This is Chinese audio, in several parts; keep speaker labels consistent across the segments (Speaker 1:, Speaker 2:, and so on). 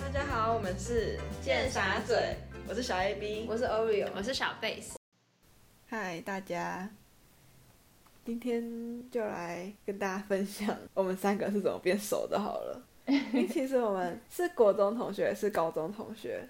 Speaker 1: 大家好，我们是
Speaker 2: 贱傻嘴，
Speaker 1: 我是小 A B，
Speaker 2: 我是 Oreo，
Speaker 3: 我是小贝斯。
Speaker 1: 嗨大家，今天就来跟大家分享我们三个是怎么变熟的好了。因为其实我们是国中同学，是高中同学，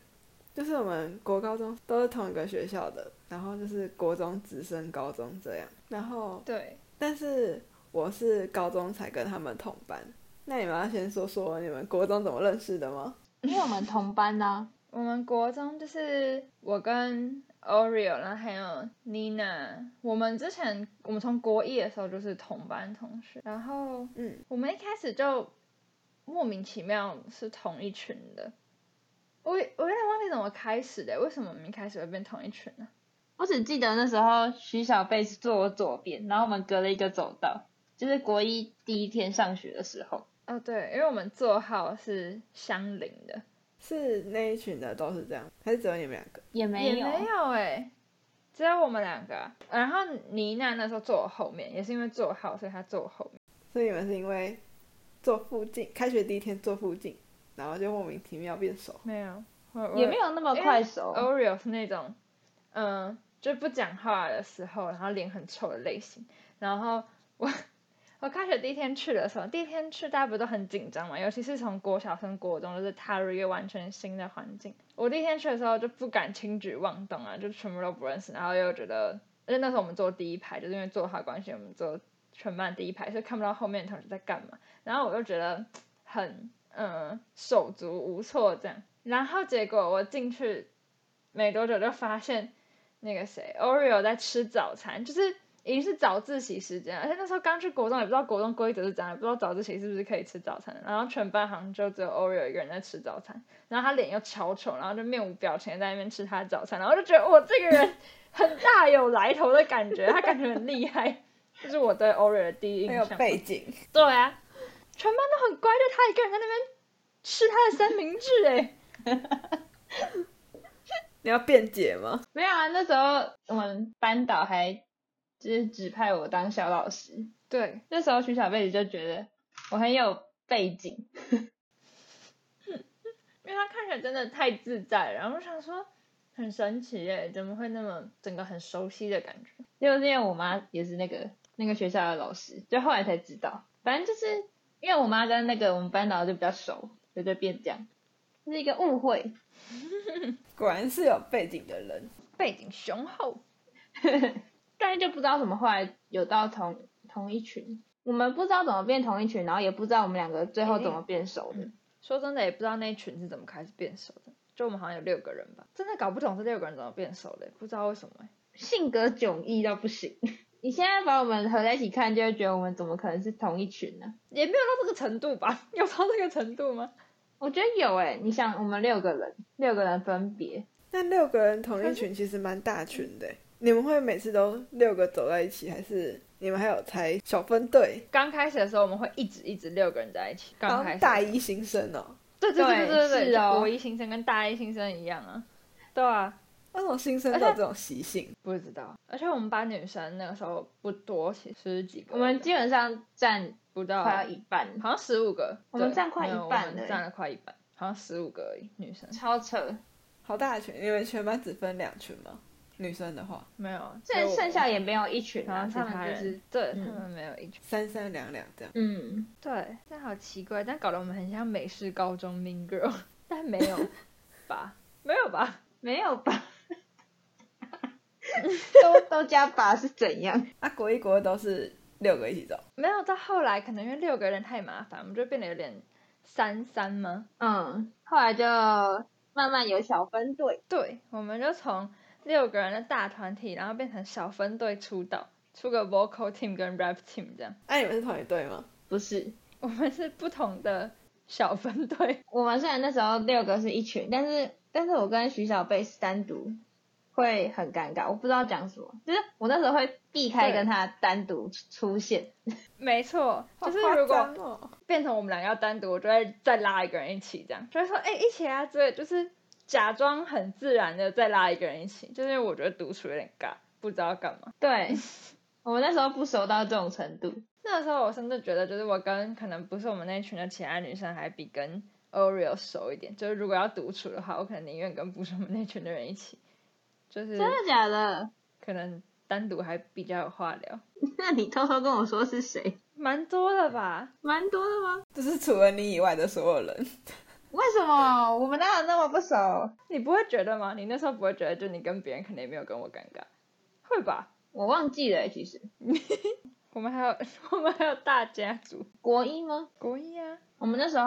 Speaker 1: 就是我们国高中都是同一个学校的，然后就是国中直升高中这样。然后，
Speaker 2: 对，
Speaker 1: 但是我是高中才跟他们同班。那你们要先说说你们国中怎么认识的吗？
Speaker 3: 因为我们同班啊呐、
Speaker 2: 我们国中就是我跟 Oreo，然后还有 Nina，我们之前我们从国一的时候就是同班同学，然后
Speaker 1: 嗯，
Speaker 2: 我们一开始就莫名其妙是同一群的。我也我有点忘记怎么开始的，为什么我们一开始会变同一群呢、
Speaker 3: 我只记得那时候徐小贝是坐我左边，然后我们隔了一个走道，就是国一第一天上学的时候。
Speaker 2: 哦，对，因为我们座号是相邻的，
Speaker 1: 是那一群的都是这样，还是只有你们两个？
Speaker 3: 也没有，
Speaker 2: 也没有哎、只有我们两个啊、然后妮娜那时候坐我后面，也是因为坐好，所以她坐我后面。
Speaker 1: 所以你们是因为坐附近，开学第一天坐附近，然后就莫名其妙变熟。
Speaker 2: 没有，我我
Speaker 3: 也没有那么快熟。
Speaker 2: Oreo 是哎那种，嗯、就不讲话的时候，然后脸很臭的类型。然后我我开学第一天去的时候，第一天去大家不都很紧张嘛？尤其是从国小升国中，就是踏入一个完全新的环境。我第一天去的时候就不敢轻举妄动啊，就全部都不认识，然后又觉得，而且那时候我们坐第一排，就是因为坐好关系，我们坐全班第一排，所以看不到后面的同学在干嘛。然后我就觉得很嗯手足无措这样。然后结果我进去没多久就发现那个谁 Oreo 在吃早餐，就是已经是早自习时间了，而且那时候刚去国中，也不知道国中规则是怎样，也不知道早自习是不是可以吃早餐的。然后全班好像就只有 Oreo 一个人在吃早餐，然后他脸又超丑，然后就面无表情地在那边吃他的早餐，然后就觉得我这个人很大有来头的感觉，他感觉很厉害。这是我对 Oreo 的第一印
Speaker 1: 还
Speaker 2: 象。
Speaker 1: 有背景，
Speaker 2: 对啊，全班都很乖，就他一个人在那边吃他的三明治、 哎，
Speaker 1: 你要辩解吗？
Speaker 3: 没有啊，那时候我们班导还就是指派我当小老师。
Speaker 2: 对，
Speaker 3: 那时候徐小贝就觉得我很有背景，
Speaker 2: 因为他看起来真的太自在了，然后我想说很神奇耶、怎么会那么整个很熟悉的感觉？
Speaker 3: 就是因为我妈也是那个那个学校的老师，就后来才知道。反正就是因为我妈跟那个我们班导就比较熟，所以就变这样，这是一个误会。
Speaker 1: 果然是有背景的人。
Speaker 2: 背景雄厚，
Speaker 3: 但是就不知道怎么后来有到同同一群，我们不知道怎么变同一群，然后也不知道我们两个最后怎么变熟的。
Speaker 2: 说真的也不知道那一群是怎么开始变熟的，就我们好像有六个人吧，真的搞不懂这六个人怎么变熟的、不知道为什么、哎
Speaker 3: 性格迥异到不行。 你现在把我们合在一起看，就会觉得我们怎么可能是同一群呢、
Speaker 2: 也没有到这个程度吧？ 有到这个程度吗？
Speaker 3: 我觉得有诶、你想我们六个人，六个人分别，
Speaker 1: 那六个人同一群其实蛮大群的，你们会每次都六个走在一起，还是你们还有才小分队？
Speaker 2: 刚开始的时候我们会一直一直六个人在一起，刚
Speaker 1: 好
Speaker 2: 开
Speaker 1: 像
Speaker 2: 始
Speaker 1: 大一新生哦，
Speaker 2: 对对对
Speaker 3: 对
Speaker 2: 对对，
Speaker 3: 是
Speaker 2: 就
Speaker 3: 哦
Speaker 2: 国一新生跟大一新生一样啊。对啊，
Speaker 1: 那种新生都有这种习性，
Speaker 2: 不知道。而且我们班女生那个时候不多，其实十几个，
Speaker 3: 我们基本上占
Speaker 2: 不到，
Speaker 3: 快要
Speaker 2: 好
Speaker 3: 一半，
Speaker 2: 像十五个，
Speaker 3: 我们
Speaker 2: 对
Speaker 3: 占快
Speaker 2: 没有
Speaker 3: 一半
Speaker 2: 我们
Speaker 3: 了
Speaker 2: 占了快一半，好像十五个而已。女生
Speaker 3: 超扯。
Speaker 1: 好大的群。你们全班只分两群吗？女生的话，
Speaker 2: 没有，只有
Speaker 3: 剩
Speaker 2: 我
Speaker 3: 剩下也没有一群
Speaker 2: 然
Speaker 3: 啊，
Speaker 2: 后其
Speaker 3: 他
Speaker 2: 他
Speaker 3: 们就
Speaker 2: 人
Speaker 3: 是
Speaker 2: 对、
Speaker 3: 嗯
Speaker 2: 他们没有一群，
Speaker 1: 三三两两这样。
Speaker 3: 嗯，
Speaker 2: 对，但好奇怪，但搞得我们很像美式高中 Mean Girl，但没有 吧？没有吧？
Speaker 3: 没有 吧？都都加吧是怎样？
Speaker 1: 啊，国一国二都是六个一起走。
Speaker 2: 没有，到后来可能因为六个人太麻烦，我们就变得有点三三吗？
Speaker 3: 嗯，后来就慢慢有小分队，
Speaker 2: 对，我们就从六个人的大团体，然后变成小分队出道，出个 vocal team 跟 rap team 这样。
Speaker 1: 那、啊你们是同一队吗？
Speaker 3: 不是。
Speaker 2: 我们是不同的小分队，
Speaker 3: 我们虽然那时候六个是一群，但是但是我跟徐小贝是单独，会很尴尬，我不知道讲什么，就是我那时候会避开
Speaker 2: 对
Speaker 3: 跟他单独出现。
Speaker 2: 没错，就是
Speaker 1: 好夸
Speaker 2: 如果
Speaker 1: 张哦、
Speaker 2: 变成我们两个要单独，我就会再拉一个人一起，这样就会说，哎、一起啊之类，就是假装很自然的再拉一个人一起，就是因为我觉得独处有点尬，不知道干嘛。
Speaker 3: 对，我们那时候不熟到这种程度。
Speaker 2: 那时候我甚至觉得，就是我跟可能不是我们那群的其他女生，还比跟 Oreo 熟一点。就是如果要独处的话，我可能宁愿跟不是我们那群的人一起，就是
Speaker 3: 真的假的？
Speaker 2: 可能单独还比较有话聊，
Speaker 3: 那你偷偷跟我说是谁？
Speaker 2: 蛮多的吧？
Speaker 3: 蛮多的吗？
Speaker 1: 就是除了你以外的所有 人，
Speaker 3: 为什么我们哪有那么不熟？
Speaker 2: 你不会觉得吗？你那时候不会觉得，就你跟别人可能也没有跟我尴尬，会吧？
Speaker 3: 我忘记了，欸其实
Speaker 2: 我们还有 我们还有大家族，
Speaker 3: 国一吗？
Speaker 2: 国一啊，
Speaker 3: 我们那时候，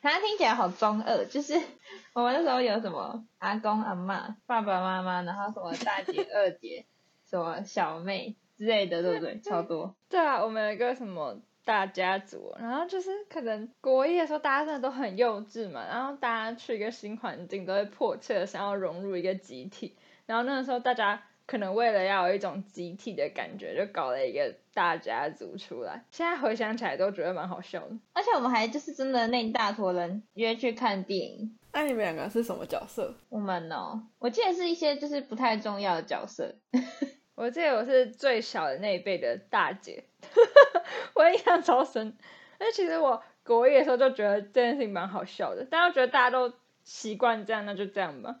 Speaker 3: 反正听起来好中二，就是 我们那时候有什么阿公阿嬷、爸爸妈妈，然后什么大姐 二姐、什么小妹之类的，对不对？超多。
Speaker 2: 对啊，我们有一个什么大家族，然后就是可能国一的时候大家真的都很幼稚嘛，然后大家去一个新环境都会迫切的想要融入一个集体，然后那个时候大家可能为了要有一种集体的感觉，就搞了一个大家族出来。现在回想起来都觉得蛮好笑的。
Speaker 3: 而且我们还就是真的那一大坨人约去看电影。
Speaker 1: 那啊你们两个是什么角色？
Speaker 3: 我们哦，我记得是一些就是不太重要的角色，
Speaker 2: 我记得我是最小的那一辈的大姐， 我印象超深。但其实我国一的时候就觉得这件事情蛮好笑的，但我觉得大家都习惯这样，那就这样吧。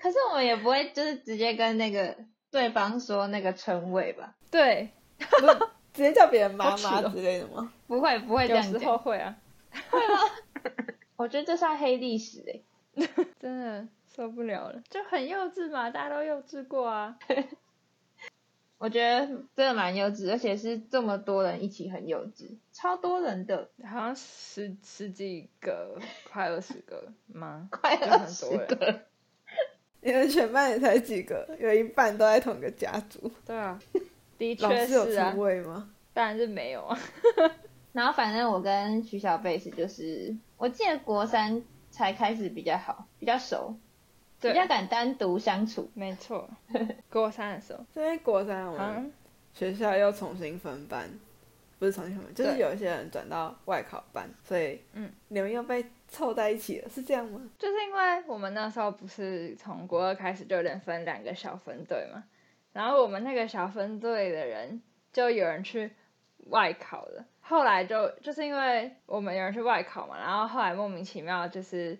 Speaker 3: 可是我们也不会就是直接跟那个对方说那个称谓吧？
Speaker 2: 对，
Speaker 1: 不是直接叫别人妈
Speaker 2: 好
Speaker 1: 妈
Speaker 2: 耻哦
Speaker 1: 之类的吗？
Speaker 3: 不会，不会这
Speaker 2: 有
Speaker 3: 样
Speaker 2: 时
Speaker 3: 讲
Speaker 2: 候。会啊，
Speaker 3: 我觉得这算黑历史诶、 欸
Speaker 2: 真的受不了了，就很幼稚嘛，大家都幼稚过啊。
Speaker 3: 我觉得真的蛮幼稚，而且是这么多人一起很幼稚，超多人的，
Speaker 2: 好像十十几个，快二十个吗？
Speaker 3: 快
Speaker 2: 就
Speaker 3: 二
Speaker 2: 很
Speaker 3: 十
Speaker 2: 多人。
Speaker 3: 个。
Speaker 1: 你们全班也才几个，有一半都在同一个家族。
Speaker 2: 对啊，的
Speaker 1: 老
Speaker 2: 确
Speaker 1: 师有
Speaker 2: 是啊
Speaker 1: 称，谓吗？
Speaker 2: 当然是没有啊。
Speaker 3: 然后反正我跟徐小贝是就是，我记得国三才开始比较好，比较熟，比
Speaker 2: 对，
Speaker 3: 较敢单独相处。
Speaker 2: 没错，国三的时候，
Speaker 1: 现在国三我
Speaker 2: 好
Speaker 1: 们
Speaker 2: 像
Speaker 1: 学校又重新分班，不是重新分班，就是
Speaker 2: 对
Speaker 1: 有一些人转到外考班，所以
Speaker 2: 嗯，
Speaker 1: 你们又被凑在一起了，是这样吗？
Speaker 2: 就是因为我们那时候不是从国二开始就连分两个小分队嘛，然后我们那个小分队的人就有人去外考了，后来就就是因为我们有人去外考嘛，然后后来莫名其妙就是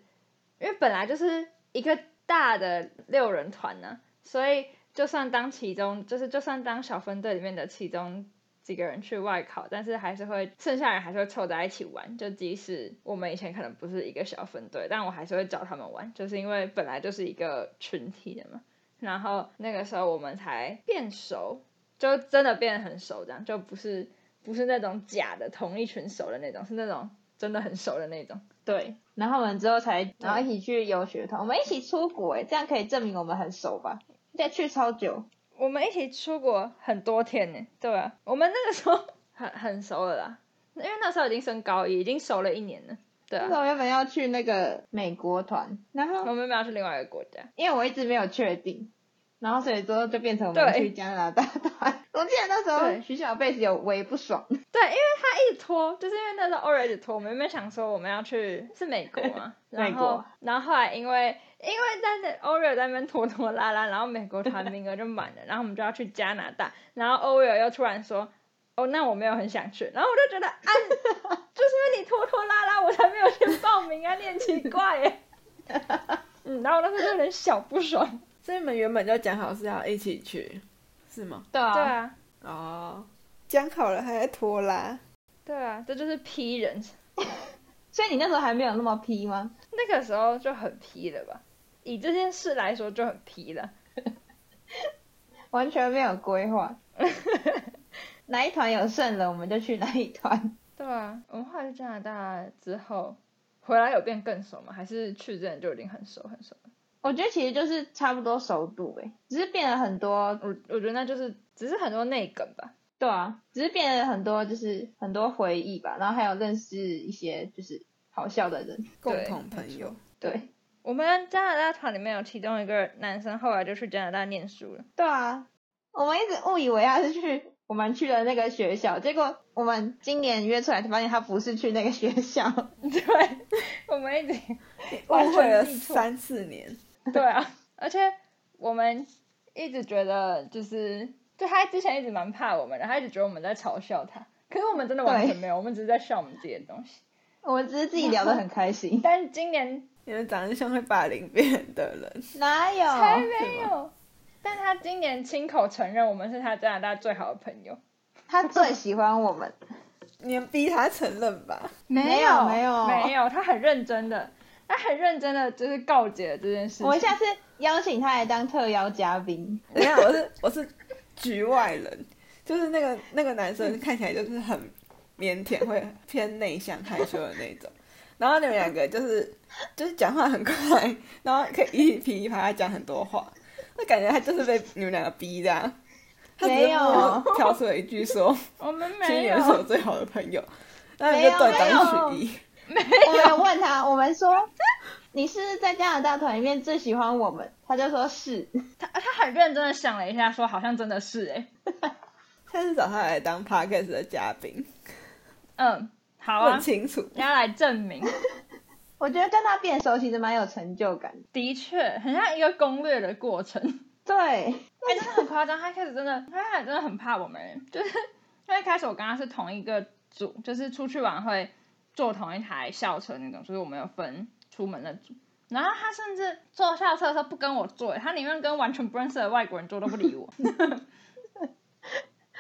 Speaker 2: 因为本来就是一个大的六人团呢、所以就算当其中就是就算当小分队里面的其中几个人去外考，但是还是会剩下人还是会凑在一起玩。就即使我们以前可能不是一个小分队，但我还是会找他们玩，就是因为本来就是一个群体的嘛。然后那个时候我们才变熟，就真的变得很熟，这样就不是不是那种假的同一群熟的那种，是那种真的很熟的那种。
Speaker 3: 对，然后我们之后才，然后一起去游学团，我们一起出国，诶，这样可以证明我们很熟吧？再去超久，
Speaker 2: 我们一起出国很多天呢，对啊，我们那个时候 很很熟了啦，因为那时候已经升高一，已经熟了一年了，对
Speaker 3: 那时
Speaker 2: 啊。
Speaker 3: 候原本要去那个美国团，然后
Speaker 2: 我们没有去另外一个国家，
Speaker 3: 因为我一直没有确定，然后所以之后就变成我们
Speaker 2: 对
Speaker 3: 去加拿大团。我记得那时候
Speaker 2: 对
Speaker 3: 徐小贝是有微不爽，
Speaker 2: 对，因为他一直拖，就是因为那时候 o 一直拖，我们原本想说我们要去是美国 嘛，
Speaker 3: 美
Speaker 2: 然
Speaker 3: 国
Speaker 2: 后然后后来因为因为在那 o 尔在那边拖拖拉拉，然后美国团名额就满了，然后我们就要去加拿大，然后 o 尔又突然说，哦，那我没有很想去，然后我就觉得啊，就是因为你拖拖拉拉，我才没有先报名啊，你很奇怪 耶。嗯，然后我当时就有点小不爽。
Speaker 1: 所以你们原本就讲好是要一起去，是吗？
Speaker 3: 对啊，
Speaker 2: 对啊，
Speaker 1: 哦，讲好了还在拖拉，
Speaker 2: 对啊，这就是批人，
Speaker 3: 所以你那时候还没有那么批吗？
Speaker 2: 那个时候就很批了吧？以这件事来说就很批了。
Speaker 3: 完全没有 规划，哪一团有剩了我们就去哪一团。
Speaker 2: 对啊，我们后来去加拿大之后回来有变更熟吗？还是去之前就已经很熟很熟了？
Speaker 3: 我觉得其实就是差不多熟度诶、只是变了很多，
Speaker 2: 我我觉得那就是只是很多内梗吧。
Speaker 3: 对啊，只是变了很多就是很多回忆吧，然后还有认识一些就是好笑的人，
Speaker 1: 共
Speaker 2: 对
Speaker 1: 同朋友。
Speaker 3: 对，
Speaker 2: 我们加拿大团里面有其中一个男生后来就去加拿大念书了，
Speaker 3: 对啊，我们一直误以为他是去我们去的那个学校，结果我们今年约出来才发现他不是去那个学校。
Speaker 2: 对，我们一直完
Speaker 1: 误哎会了
Speaker 2: 全记错
Speaker 1: 三四年，
Speaker 2: 对啊，而且我们一直觉得就是，就他之前一直蛮怕我们的，他一直觉得我们在嘲笑他，可是我们真的完全没有，我们只是在笑我们自己的东西。，
Speaker 3: 我们只是自己聊得很开心
Speaker 2: 但今年
Speaker 1: 你们长得像会霸凌别人的人，
Speaker 3: 哪有？
Speaker 2: 还没有。但他今年亲口承认我们是他加拿大最好的朋友，
Speaker 3: 他最喜欢我 们，
Speaker 1: 你们逼他承认吧？
Speaker 3: 没
Speaker 2: 有
Speaker 3: 有没有
Speaker 2: 没有，他很认真的，他很认真的就是告解了这件事情。
Speaker 3: 我们下次邀请他来当特邀嘉宾。
Speaker 1: 等一下，我是我是局外人，就是那个那个男生看起来就是很腼腆，会偏内向害羞的那种。然后你们两个就是就是讲话很快，然后可以一噼里啪啦讲很多话，那感觉他就是被你们两个逼的、啊。他只是
Speaker 3: 没有
Speaker 1: 默默挑出了一句说
Speaker 2: 我们：“
Speaker 1: 亲
Speaker 2: 没
Speaker 1: 人
Speaker 2: 有
Speaker 1: 是我最好的朋友。”然后你就
Speaker 3: 没有
Speaker 1: 断章取义。
Speaker 3: 我们问他，我们说你是不是在加拿大团里面最喜欢我们，他就说是。
Speaker 2: 他他很认真的想了一下，说好像真的是哎、
Speaker 1: 下次找他来当 podcast 的嘉宾，
Speaker 2: 嗯，好啊
Speaker 1: 问，清楚。
Speaker 2: 要来证明，
Speaker 3: 我觉得跟他变熟其实蛮有成就感的。
Speaker 2: 的确很像一个攻略的过程。
Speaker 3: 对，
Speaker 2: 哎、真的很夸张，他一开始真的，他一开始真的很怕我们欸，就是他一开始我跟他是同一个组，就是出去玩会坐同一台校车那种，就是我们有分出门的组。然后他甚至坐校车的时候不跟我坐欸，他宁愿跟完全不认识的外国人坐都不理我。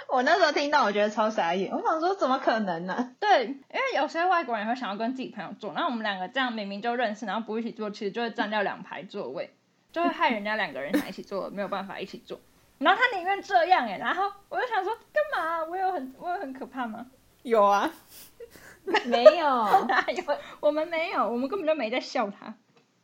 Speaker 3: 我那时候听到，我觉得超傻眼，我想说怎么可能呢、
Speaker 2: 对，因为有些外国人也会想要跟自己朋友坐，然后我们两个这样明明就认识，然后不一起坐，其实就会占掉两排座位，就会害人家两个人想一起坐，没有办法一起坐。然后他宁愿这样哎，然后我就想说干嘛啊、我有很我有很可怕吗？
Speaker 1: 有啊，
Speaker 3: 没有，
Speaker 2: 哪有？ 我们没有，我们根本就没在笑他，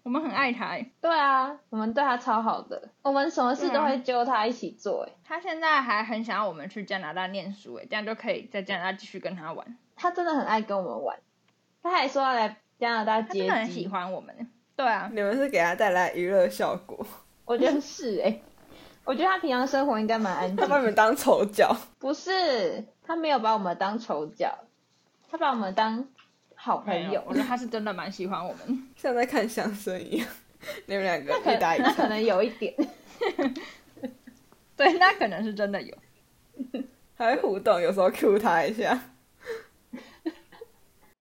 Speaker 2: 我们很爱他哎。
Speaker 3: 对啊，我们对他超好的，我们什么事
Speaker 2: 啊
Speaker 3: 都会揪他一起做、哎、
Speaker 2: 他现在还很想要我们去加拿大念书哎，这样就可以在加拿大继续跟他玩，
Speaker 3: 他真的很爱跟我们玩，他还说要来加拿大
Speaker 2: 他
Speaker 3: 接
Speaker 2: 真的很喜
Speaker 3: 机，
Speaker 2: 欢我们欸。对啊，
Speaker 1: 你们是给他带来娱乐效果，
Speaker 3: 我觉得是哎、我觉得他平常生活应该蛮 安
Speaker 1: 他把你
Speaker 3: 静，
Speaker 1: 们当丑角。
Speaker 3: 不是他没有把我们当丑角，他把我们当好朋
Speaker 2: 没有
Speaker 3: 友
Speaker 2: 我，觉得他是真的蛮喜欢我们。
Speaker 1: 像在看相声一样，你们两个
Speaker 3: 可
Speaker 1: 一搭一
Speaker 3: 那可
Speaker 1: 唱。
Speaker 3: 能有一点，
Speaker 2: 对，那可能是真的有。
Speaker 1: 还会互动，有时候 Q 他一下。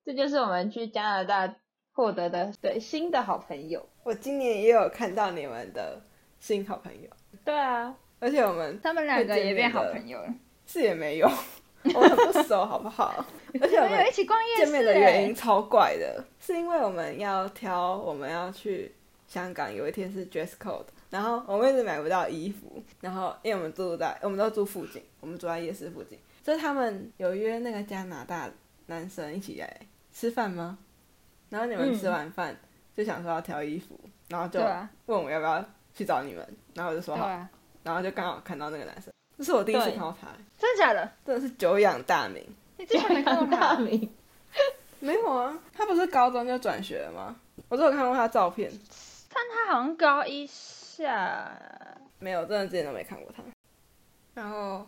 Speaker 3: 这就是我们去加拿大获得的对新的好朋友，
Speaker 1: 我今年也有看到你们的新好朋友，
Speaker 3: 对啊，
Speaker 1: 而且我们
Speaker 2: 他们两个也变好朋友了，
Speaker 1: 是也没有，我们很不熟，好不好？而且
Speaker 2: 我
Speaker 1: 我
Speaker 2: 们有
Speaker 1: 们
Speaker 2: 一起逛夜市、欸。
Speaker 1: 见面的原因超怪的，是因为我们要挑我们要去香港，有一天是 dress code，然后我们一直买不到衣服，然后因为我们住在我们都住附近，我们住在夜市附近，就是他们有约那个加拿大男生一起来吃饭吗？然后你们
Speaker 3: 嗯
Speaker 1: 吃完饭、就想说要挑衣服，然后就
Speaker 2: 对啊，
Speaker 1: 问我要不要去找你们，然后我就说
Speaker 2: 对
Speaker 1: 好，
Speaker 2: 啊，
Speaker 1: 然后就刚好看到那个男生，这是我第一次
Speaker 3: 对
Speaker 1: 看到他、欸
Speaker 2: 真的假的？
Speaker 1: 真的是久仰大名。
Speaker 2: 你之前没看过
Speaker 3: 大
Speaker 2: 他？
Speaker 3: 名。
Speaker 1: 没有啊，他不是高中就转学了吗？我都有看过他照片，
Speaker 2: 但他好像高一下，
Speaker 1: 没有，真的之前都没看过他。然后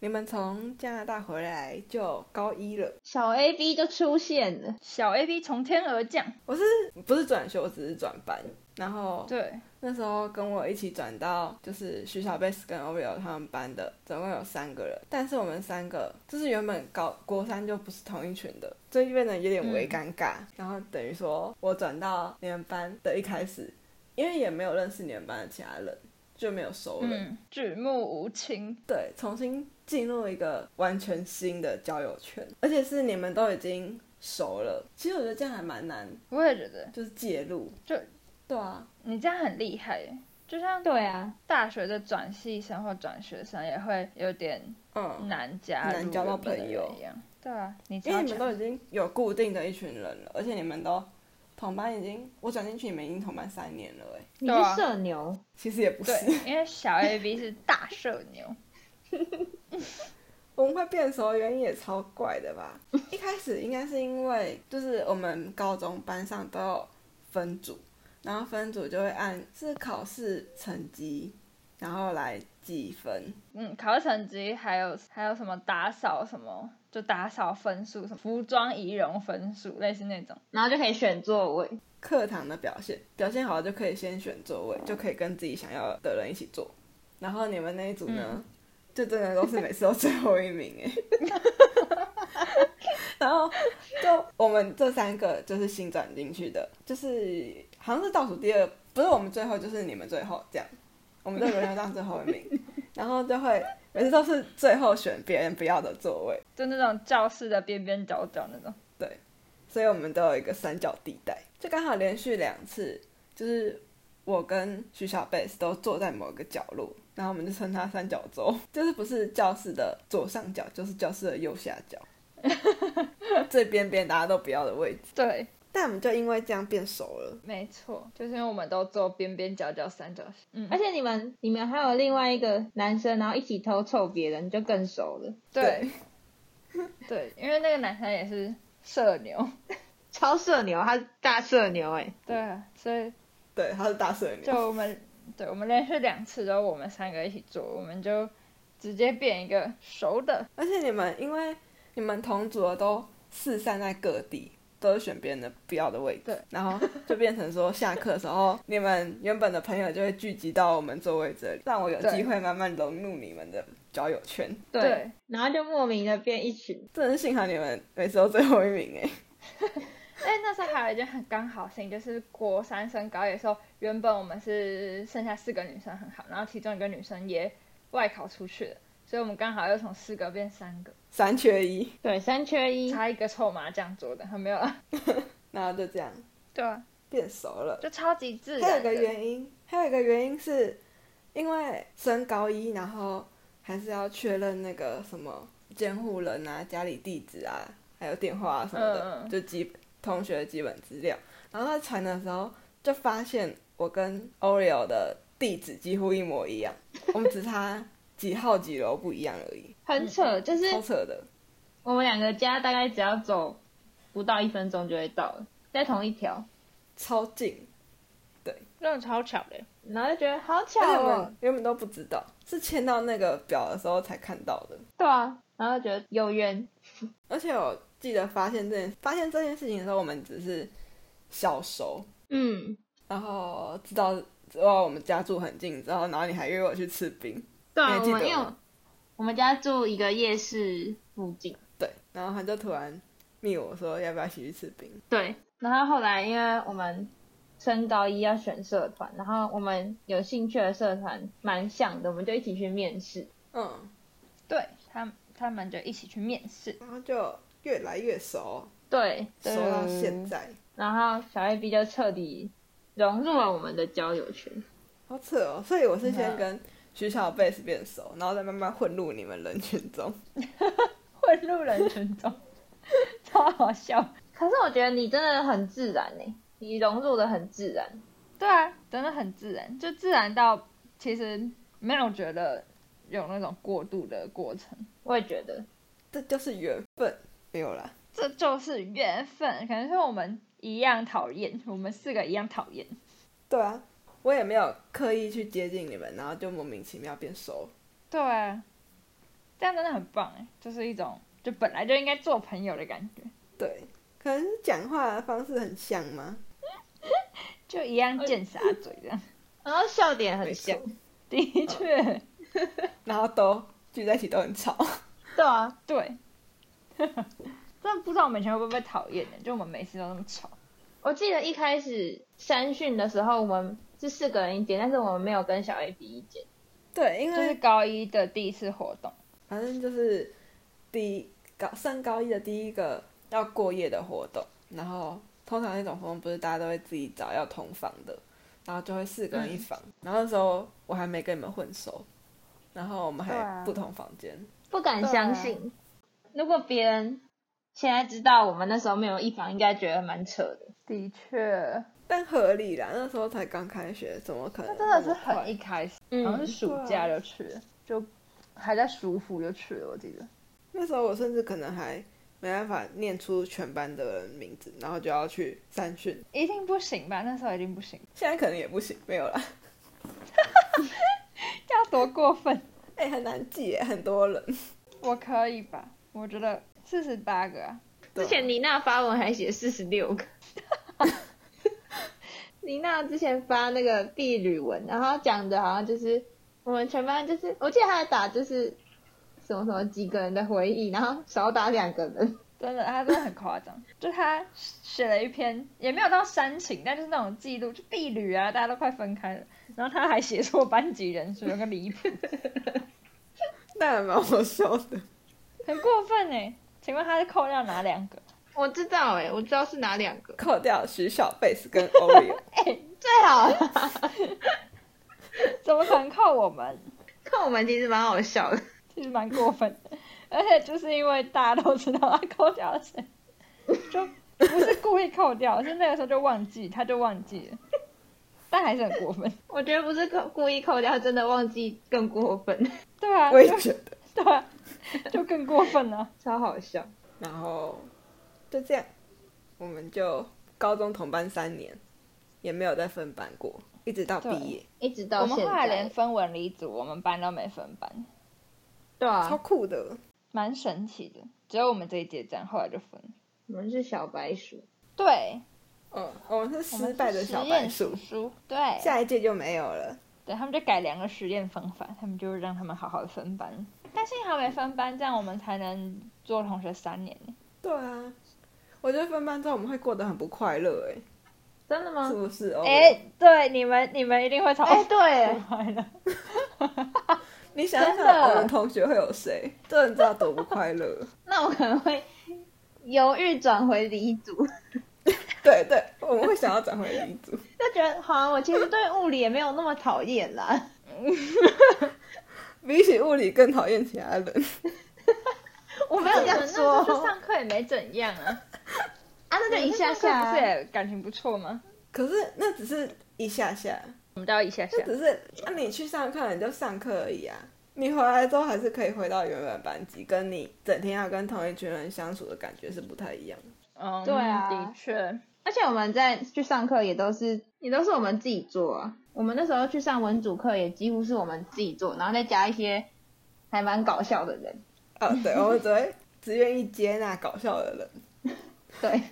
Speaker 1: 你们从加拿大回来就高一了，
Speaker 3: 小 A B 就出现了，
Speaker 2: 小 A B 从天而降。
Speaker 1: 我是不是转学？我只是转班。然后
Speaker 2: 对，
Speaker 1: 那时候跟我一起转到就是徐小贝
Speaker 2: 嗯
Speaker 1: 斯跟 Oreo 他们班的，总共有三个人，但是我们三个就是原本高国三就不是同一群的，所以变得有点微尴尬。然后等于说我转到你们班的一开始，因为也没有认识你们班的其他人，就没有熟人，
Speaker 2: 嗯，举目无亲。
Speaker 1: 对，重新进入一个完全新的交友圈，而且是你们都已经熟了。其实我觉得这样还蛮难，
Speaker 2: 我也觉得
Speaker 1: 就是介入，
Speaker 2: 就
Speaker 1: 对啊，
Speaker 2: 你这样很厉害耶，就像
Speaker 3: 对啊，
Speaker 2: 大学的转系生或转学生也会有点
Speaker 1: 嗯，
Speaker 2: 难加
Speaker 1: 难
Speaker 2: 入
Speaker 1: 交到
Speaker 2: 原本的
Speaker 1: 朋友
Speaker 2: 人一样。对啊，你
Speaker 1: 因为
Speaker 2: 超
Speaker 1: 你们都
Speaker 2: 强
Speaker 1: 已经有固定的一群人了，而且你们都同班已经，我转进去你们已经同班三年了，哎，
Speaker 3: 你
Speaker 2: 对啊
Speaker 3: 是社牛，
Speaker 1: 其实也不是，
Speaker 2: 对，因为小 A B 是大社牛。
Speaker 1: 我们会变熟的原因也超怪的吧？一开始应该是因为就是我们高中班上都有分组，然后分组就会按是考试成绩，然后来计分，
Speaker 2: 嗯，考试成绩还有还有什么打扫什么，就打扫分数，什么服装仪容分数，类似那种。
Speaker 3: 然后就可以选座位。
Speaker 1: 课堂的表现，表现好就可以先选座位，就可以跟自己想要的人一起坐。然后你们那一组呢，就真的都是每次都最后一名哎、欸 然后就我们这三个就是新转进去的，就是好像是倒数第二，不是我们最后就是你们最后这样，我们就轮流当最后一名，然后就会每次都是最后选别人不要的座位，
Speaker 2: 就那种教室的边边角角那种。
Speaker 1: 所以我们都有一个三角地带，就刚好连续两次，就是我跟徐小贝斯都坐在某个角落，然后我们就称它三角洲， 就是不是教室的左上角，就是教室的右下角，最边边大家都不要的位置。
Speaker 2: 对，
Speaker 1: 但我们就因为这样变熟了，
Speaker 2: 没错，就是因为我们都坐边边角角三角形。嗯，
Speaker 1: 哎
Speaker 3: 而且你们你们还有另外一个男生，然后一起偷臭别人，就更熟了，
Speaker 2: 对，对，因为那个男生也是社牛，
Speaker 3: 超社牛，他是大社牛哎、
Speaker 2: 对啊，所以
Speaker 1: 对，他是大水牛
Speaker 2: 就，我们对我们连续两次都我们三个一起做，我们就直接变一个熟的。
Speaker 1: 而且你们因为你们同组的都四散在各地，都是选别人的不要的位置，
Speaker 2: 对
Speaker 1: 然后就变成说下课的时候，你们原本的朋友就会聚集到我们座位这里，让我有
Speaker 2: 对
Speaker 1: 机会慢慢融入你们的交友圈。
Speaker 3: 对，然后就莫名的变一群，
Speaker 1: 真的是幸好你们每次都最后一名哎，
Speaker 2: 哎，那时候还有一件很刚好的事情，就是国三升高一的时候，原本我们是剩下四个女生很好，然后其中一个女生也外考出去了，所以我们刚好又从四个变三个，
Speaker 1: 三缺一，
Speaker 3: 对，三缺
Speaker 1: 嗯
Speaker 3: 一，
Speaker 2: 差一个臭麻将桌的，很没有啊。
Speaker 1: 然后就这样
Speaker 2: 对啊，
Speaker 1: 变熟了。
Speaker 2: 就超级自
Speaker 1: 还有一
Speaker 2: 然
Speaker 1: 个
Speaker 2: 的。
Speaker 1: 原因，还有一个原因是因为升高一，然后还是要确认那个什么监护人啊、家里地址啊，还有电话啊什么的，
Speaker 2: 嗯嗯
Speaker 1: 就基本同学的基本资料。然后在传的时候，就发现我跟 Oreo 的地址几乎一模一 样，我们只差几号几楼不一样而已，
Speaker 3: 很扯，就是
Speaker 1: 超扯的。
Speaker 3: 我们两个家大概只要走不到一分钟就会到了，在同一条，
Speaker 1: 超近，
Speaker 2: 那种超巧的，
Speaker 3: 然后就觉得好
Speaker 1: 而且
Speaker 3: 巧
Speaker 1: 我
Speaker 3: 哦
Speaker 1: 们，原本都不知道，是签到那个表的时候才看到的。
Speaker 3: 对啊，然后觉得有缘，
Speaker 1: 而且我记得发现这件发现这件事情的时候，我们只是小熟，
Speaker 3: 嗯，
Speaker 1: 然后知道知道我们家住很近之后，然后你还约我去吃冰，
Speaker 3: 对
Speaker 1: 你还
Speaker 3: 啊，我
Speaker 1: 记得
Speaker 3: 们因为
Speaker 1: 吗
Speaker 3: 我们家住一个夜市附近，
Speaker 1: 对，然后他就突然密我说要不要一起去吃冰，
Speaker 3: 对，然后后来因为我们升高一要选社团，然后我们有兴趣的社团蛮像的，我们就一起去面试，
Speaker 1: 嗯，
Speaker 2: 对他们他们就一起去面试，
Speaker 1: 然后就越来越熟，
Speaker 3: 对，
Speaker 1: 熟到现在，
Speaker 3: 然后小 A B 就彻底融入了我们的交友圈，
Speaker 1: 好扯哦。所以我是先
Speaker 2: 嗯
Speaker 1: 跟徐小贝斯变熟，然后再慢慢混入你们人群中。
Speaker 2: 混入人群 中，超好笑。
Speaker 3: 可是我觉得你真的很自然呢、你融入的很自然，
Speaker 2: 对啊，真的很自然，就自然到其实没有觉得有那种过度的过程，
Speaker 3: 我也觉得，
Speaker 1: 这就是缘分，没有啦。
Speaker 2: 这就是缘分。可能是我们一样讨厌，我们四个一样讨厌。
Speaker 1: 对啊，我也没有刻意去接近你们，然后就莫名其妙变熟了。
Speaker 2: 对啊，这样真的很棒哎，就是一种就本来就应该做朋友的感觉，
Speaker 1: 对，可能是讲话的方式很像吗？
Speaker 2: 就一样
Speaker 1: 呃
Speaker 2: 贱傻嘴这样。
Speaker 3: 然后笑点很
Speaker 1: 没
Speaker 3: 像
Speaker 1: 错，
Speaker 2: 的确，
Speaker 1: 然后都聚在一起都很吵。
Speaker 3: 对啊，
Speaker 2: 对， 真的不知道我们以前会不会被讨厌呢？就我们每次都那么吵。
Speaker 3: 我记得一开始三训的时候，我们是四个人一间，但是我们没有跟小 A B 一间，
Speaker 1: 对，因
Speaker 2: 就
Speaker 1: 为、
Speaker 2: 是高一的第一次活动，
Speaker 1: 反正就是第一高上高一的第一个要过夜的活动，然后通常那种活动不是大家都会自己找要同房的，然后就会四个人一房。然后那时候我还没跟你们混熟，然后我们
Speaker 2: 对
Speaker 1: 还
Speaker 2: 啊
Speaker 1: 不同房间。
Speaker 3: 不敢相信。如果别人现在知道我们那时候没有一房，应该觉得蛮扯的。
Speaker 2: 的确，
Speaker 1: 但合理啦，那时候才刚开学，怎么可能
Speaker 2: 那
Speaker 1: 么快？
Speaker 2: 真的是很一开始，
Speaker 3: 嗯
Speaker 2: 好像是暑假就去了，就还在暑伏就去了，我记得。
Speaker 1: 那时候我甚至可能还没办法念出全班的人名字，然后就要去三训。
Speaker 2: 一定不行吧？那时候一定不行，
Speaker 1: 现在可能也不行，没有啦。
Speaker 2: 这样多过分！
Speaker 1: 哎、很难记耶，很多人。
Speaker 2: 我可以吧？我觉得四十八个啊，
Speaker 1: 对啊
Speaker 3: 之前妮娜发文还写四十六个。 妮娜之前发那个避旅文，然后讲的好像就是我们全班就是，我记得她还打就是什么什么几个人的回忆，然后少打两个人，
Speaker 2: 真的，他真的很夸张。就他写了一篇，也没有到煽情，但就是那种记录，就避旅啊，大家都快分开了，然后他还写错班级人数，有个离谱，
Speaker 1: 那还蛮好笑的。
Speaker 2: 很过分哎。请问他是扣掉哪两个？
Speaker 3: 我知道哎、我知道是哪两个，
Speaker 1: 扣掉徐小贝斯跟 Oreo，
Speaker 3: 最好啦
Speaker 2: 怎么可能扣我们？
Speaker 3: 看我们其实蛮好笑的，
Speaker 2: 其实蛮过分的，而且就是因为大家都知道他扣掉了谁，就不是故意扣掉，是那个时候就忘记，他就忘记了，但还是很过分。
Speaker 3: 我觉得不是故故意扣掉，真的忘记更过分，
Speaker 2: 对啊，
Speaker 1: 我也
Speaker 2: 就
Speaker 1: 觉得。
Speaker 2: 对啊，就更过分了。
Speaker 3: 超好笑。
Speaker 1: 然后就这样，我们就高中同班三年，也没有再分班过，一直到毕业，
Speaker 3: 一直
Speaker 2: 我
Speaker 3: 到
Speaker 2: 们
Speaker 3: 现
Speaker 2: 后来连
Speaker 3: 在，
Speaker 2: 分文理组，我们班都没分班，
Speaker 3: 对
Speaker 1: 超
Speaker 3: 啊，
Speaker 1: 酷的。
Speaker 2: 蛮神奇的。只有我们这一届这样，后来就分了。
Speaker 3: 我们是小白鼠，
Speaker 2: 对，
Speaker 1: 嗯，我们是
Speaker 2: 我
Speaker 1: 失
Speaker 2: 们是
Speaker 1: 败的
Speaker 2: 实
Speaker 1: 小白
Speaker 2: 验
Speaker 1: 鼠
Speaker 2: 叔，叔，对，
Speaker 1: 下一届就没有了。
Speaker 2: 对他们就改良了实验方法，他们就让他们好好的分班。但幸好没分班，这样我们才能做同学三年。
Speaker 1: 对啊，我觉得分班之后我们会过得很不快乐，哎，
Speaker 3: 真的吗
Speaker 1: 是？不是？哦，
Speaker 2: 哎、对，你们你们一定会超
Speaker 3: 哎、对，
Speaker 2: 快 乐。
Speaker 1: 你想
Speaker 3: 真
Speaker 1: 想
Speaker 3: 的
Speaker 1: 我们同学会有谁？ 真的知道多不快乐？
Speaker 3: 那我可能会犹豫转回理组，
Speaker 1: 对对，我们会想要转回理组。
Speaker 3: 就觉得好啊像我其实对物理也没有那么讨厌啦。
Speaker 1: 比起物理更讨厌其他人，
Speaker 3: 我没有这样说
Speaker 2: 那时候上课也没怎样 啊，
Speaker 3: 啊，那就一下下
Speaker 2: 上课不是
Speaker 3: 啊，
Speaker 2: 也感情不错吗？
Speaker 1: 可是那只是一下下，
Speaker 2: 我们都要一下下
Speaker 1: 那。只是那、啊、你去上课你就上课而已啊，你回来之后还是可以回到原本班级，跟你整天要跟同一群人相处的感觉是不太一样的。
Speaker 2: 嗯，
Speaker 3: 对啊
Speaker 2: 的确，
Speaker 3: 而且我们在去上课也都是也都是我们自己做啊。我们那时候去上文组课也几乎是我们自己做，然后再加一些还蛮搞笑的人。
Speaker 1: 哦， 对，我们只会只愿意接纳搞笑的人。
Speaker 3: 对，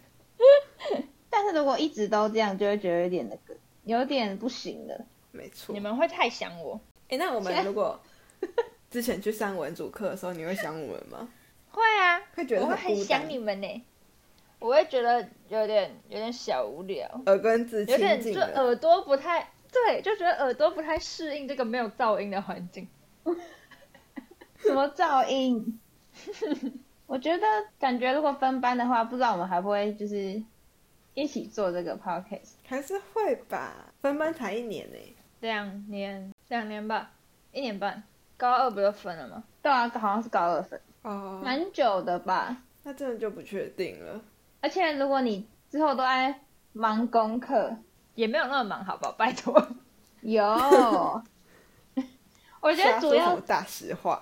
Speaker 3: 但是如果一直都这样，就会觉得有点那个，有点不行了。
Speaker 1: 没错。
Speaker 2: 你们啊会太想我，
Speaker 1: 哎、那我
Speaker 3: 现在
Speaker 1: 们如果之前去上文组课的时候，你会想我们吗？
Speaker 2: 会啊，
Speaker 1: 会觉得
Speaker 2: 我会
Speaker 1: 很孤
Speaker 2: 很想
Speaker 1: 单
Speaker 2: 你们呢。我会觉得有点有点小无聊，
Speaker 1: 耳根子
Speaker 2: 有
Speaker 1: 清
Speaker 2: 点
Speaker 1: 净
Speaker 2: 就
Speaker 1: 了，
Speaker 2: 耳朵不太对，就觉得耳朵不太适应这个没有噪音的环境。
Speaker 3: 什么噪音？ 我觉得感觉如果分班的话，不知道我们还不会就是一起做这个 podcast。
Speaker 1: 还是会吧。分班才一年呢、
Speaker 2: 两年，两年吧，一年半，高二不就分了吗？
Speaker 3: 对啊，好像是高二分，
Speaker 1: 哦
Speaker 3: 蛮久的吧。
Speaker 1: 那真的就不确定了。
Speaker 3: 而且如果你之后都在忙功课，
Speaker 2: 也没有那么忙，好不好？拜托，
Speaker 3: 有，我觉得
Speaker 1: 瞎
Speaker 3: 主
Speaker 1: 说什么
Speaker 3: 要，
Speaker 1: 大实话，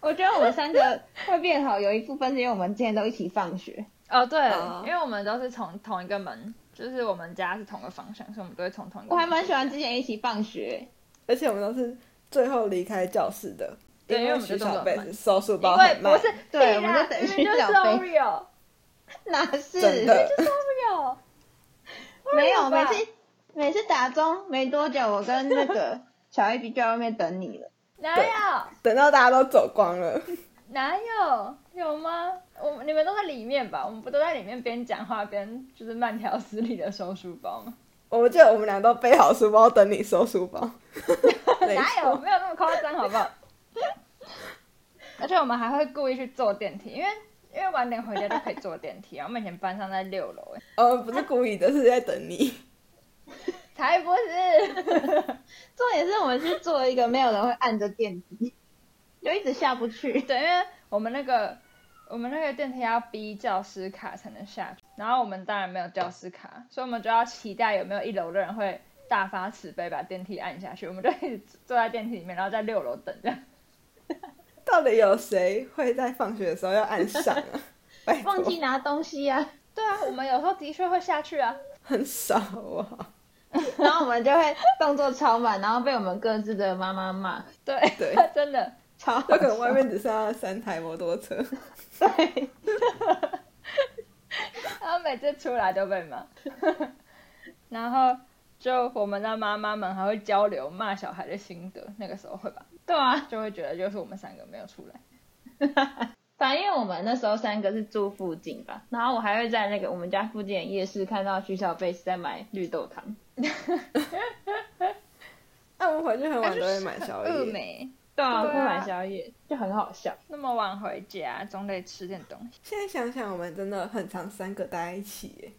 Speaker 3: 我觉得我们三个会变好，有一部分是因为我们之前都一起放学。
Speaker 2: 哦，对
Speaker 1: 哦
Speaker 2: 因为我们都是从同一个门，就是我们家是同个方向，所以我们都会从同一个
Speaker 3: 我
Speaker 2: 门。
Speaker 3: 还蛮喜欢之前一起放学，
Speaker 1: 而且我们都是最后离开教室的，
Speaker 2: 对因为我们
Speaker 1: 徐
Speaker 2: 就动
Speaker 1: 小
Speaker 2: 作
Speaker 1: 贝
Speaker 2: 很慢
Speaker 1: 收书包
Speaker 2: 因为
Speaker 1: 很
Speaker 2: 不
Speaker 1: 慢，
Speaker 2: 是，屁啦
Speaker 3: 对我们就等于
Speaker 2: 明明 就是
Speaker 3: 小飞
Speaker 2: Oreo，
Speaker 3: 哪是？
Speaker 1: 真的，
Speaker 2: Oreo，
Speaker 3: 没有，
Speaker 2: Oreo
Speaker 3: 每
Speaker 2: 吧
Speaker 3: 次每次打钟没多久，我跟那个小 A B 就在外面等你了。
Speaker 2: 哪
Speaker 1: 对
Speaker 2: 有
Speaker 1: 等到大家都走光了，
Speaker 2: 哪有有吗？我你们都在里面吧？我们不都在里面边讲话边就是慢条斯理的收书包吗？
Speaker 1: 我们就我们俩都背好书包等你收书 包。没
Speaker 2: 哪有
Speaker 1: 错？
Speaker 2: 没有那么夸张，好不好？ 而且我们还会故意去坐电梯，因为因为晚点回家就可以坐电梯啊。我们以前班上在六楼，哎，
Speaker 1: 哦我们不是故意的，是在等你。
Speaker 2: 才不是。
Speaker 3: 重点是我们是做一个没有人会按着电梯， 就一直下不 去。
Speaker 2: 对，因为我们那个我们那个电梯要逼教师卡才能下去，然后我们当然没有教师卡，所以我们就要期待有没有一楼的人会大发慈悲把电梯按下去，我们就一直坐在电梯里面，然后在六楼等这样。
Speaker 1: 到底有谁会在放学的时候要按上 啊？拜托
Speaker 3: 忘记拿东西啊，
Speaker 2: 对啊，我们有时候的确会下去啊，
Speaker 1: 很少啊。
Speaker 3: 然后我们就会动作超慢，然后被我们各自的妈妈 骂，
Speaker 2: 对，
Speaker 1: 对
Speaker 2: 真的。
Speaker 3: 超好
Speaker 1: 有可能
Speaker 3: 笑
Speaker 1: 外面只剩下三台摩托 车，
Speaker 3: 对，
Speaker 2: 然后每次出来都被骂， 然后就我们的妈妈们还会交流骂小孩的心得，那个时候会吧，
Speaker 3: 对啊，
Speaker 2: 就会觉得就是我们三个没有出来。
Speaker 3: 反正因为我们那时候三个是住附近吧，然后我还会在那个我们家附近的夜市看到徐小贝是在买绿豆汤。
Speaker 1: 那我们回去很
Speaker 2: 他
Speaker 1: 晚
Speaker 2: 就
Speaker 1: 都会
Speaker 2: 是
Speaker 1: 买
Speaker 2: 很
Speaker 1: 宵
Speaker 2: 饿
Speaker 1: 夜。
Speaker 2: 没？
Speaker 3: 对啊，
Speaker 2: 对
Speaker 3: 不
Speaker 2: 啊
Speaker 3: 买宵夜就很好笑。
Speaker 2: 那么晚回家，总得吃点东西。
Speaker 1: 现在想想，我们真的很常三个待在一起耶。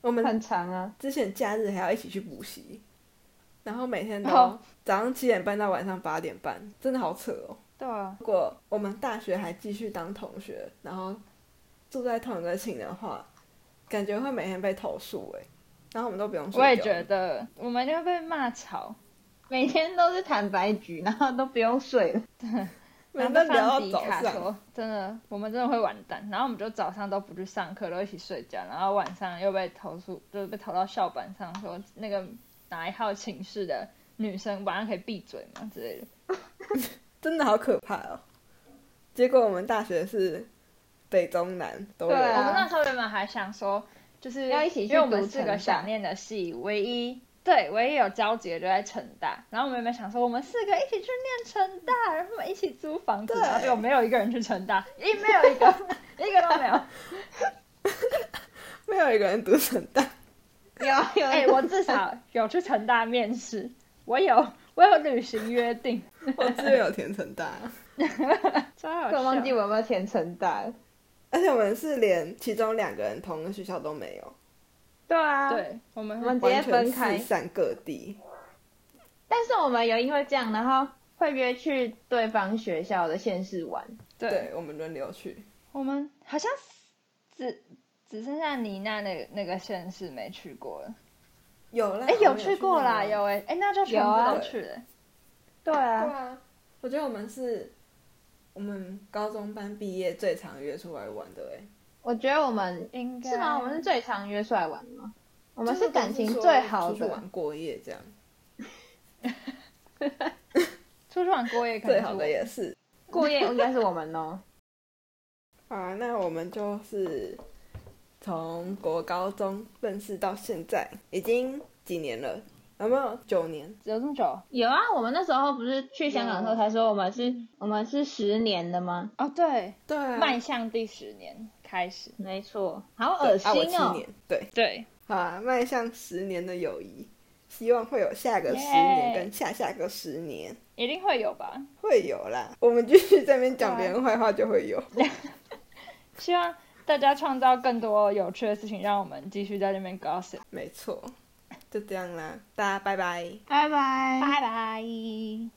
Speaker 1: 我们
Speaker 3: 很长啊，
Speaker 1: 之前假日还要一起去补习，然后每天都
Speaker 2: 哦
Speaker 1: 早上七点半到晚上八点半，真的好扯哦。
Speaker 2: 对啊，
Speaker 1: 如果我们大学还继续当同学，然后住在同一个寝的话，感觉会每天被投诉哎。然后我们都不用睡觉，
Speaker 2: 我也觉得我们就会被骂吵，
Speaker 3: 每天都是坦白局，然后都不用睡 了。
Speaker 1: 每
Speaker 2: 然
Speaker 1: 天都
Speaker 2: 后被
Speaker 1: 聊
Speaker 2: 放
Speaker 1: 到
Speaker 2: 迪
Speaker 1: 早
Speaker 2: 卡
Speaker 1: 上。
Speaker 2: 说，真的，我们真的会完蛋。然后我们就早上都不去上课，都一起睡觉，然后晚上又被投诉，就是被投到校板上说那个哪一号寝室的女生晚上可以闭嘴嘛之类的。
Speaker 1: 真的好可怕哦！结果我们大学是北中南都有，
Speaker 3: 对啊
Speaker 2: 我们那时候原本还想说，就是
Speaker 3: 要一起去
Speaker 2: 因为我
Speaker 3: 读
Speaker 2: 们四
Speaker 3: 成
Speaker 2: 个
Speaker 3: 大
Speaker 2: 想念的系唯一对唯一有交集的就在成大，然后我们原本想说我们四个一起去念成大，然后我们一起租房子，
Speaker 1: 对
Speaker 2: 然后结果没有一个人去成大，一没有一个 一个都没有。
Speaker 1: 没有一个人读成大。
Speaker 3: 有 有，
Speaker 2: 哎、我至少有去成大面试，我有我有履行约定，
Speaker 1: 我只有填成大，啊
Speaker 2: 超好
Speaker 3: 我忘记
Speaker 2: 笑。
Speaker 3: 我有没有填成大了。
Speaker 1: 而且我们是连其中两个人同个学校都没有，
Speaker 3: 对啊，
Speaker 2: 对，我们
Speaker 3: 我们直接
Speaker 1: 完全
Speaker 3: 分开
Speaker 1: 四散各地。
Speaker 3: 但是我们有因为这样，然后会约去对方学校的县市玩。
Speaker 2: 对
Speaker 1: 对，我们轮流去。
Speaker 2: 我们好像只只剩下妮娜那个那个县市没去过了。
Speaker 1: 有啦，
Speaker 2: 哎、
Speaker 1: 我
Speaker 2: 有
Speaker 1: 们
Speaker 2: 去过啦，
Speaker 1: 那个
Speaker 2: 有哎、哎、那就全
Speaker 3: 有
Speaker 2: 部
Speaker 3: 啊
Speaker 2: 都去了、
Speaker 3: 对
Speaker 1: 对
Speaker 3: 啊，
Speaker 1: 啊，我觉得我们是，我们高中班毕业最常约出来玩的哎、
Speaker 3: 我觉得我们
Speaker 2: 应该
Speaker 3: 是吗？我们是最常约出来玩的吗？啊我
Speaker 1: 我
Speaker 3: 们是感情最好
Speaker 1: 出去
Speaker 3: 的
Speaker 1: 玩，过夜这样，
Speaker 2: 出去玩过夜可能
Speaker 1: 最
Speaker 2: 是
Speaker 1: 好的
Speaker 2: 我
Speaker 1: 也是
Speaker 3: 过夜应该是我们 哦。
Speaker 1: 好啊，那我们就是从国高中认识到现在，已经几年了？有没有九年？
Speaker 2: 有这么久
Speaker 3: 有啊，我们那时候不是去香港的时候
Speaker 1: 有
Speaker 3: 才说我们是，我们是十年的吗？
Speaker 2: 哦，对，
Speaker 1: 对、啊
Speaker 2: 迈向第十年开始，
Speaker 3: 没错，好恶心
Speaker 1: 啊，我七
Speaker 3: 哦。
Speaker 1: 年，对，
Speaker 2: 对，
Speaker 1: 好啊，迈向十年的友谊，希望会有下个
Speaker 2: 耶
Speaker 1: 十年跟下下个十年。
Speaker 2: 一定会有吧？
Speaker 1: 会有啦，我们继续这边讲
Speaker 2: 对
Speaker 1: 别
Speaker 2: 啊
Speaker 1: 人坏话就会有。
Speaker 2: 希望大家创造更多有趣的事情，让我们继续在这边 gossip，
Speaker 1: 没错，就这样啦，大家拜拜。
Speaker 3: 拜拜
Speaker 2: 拜拜。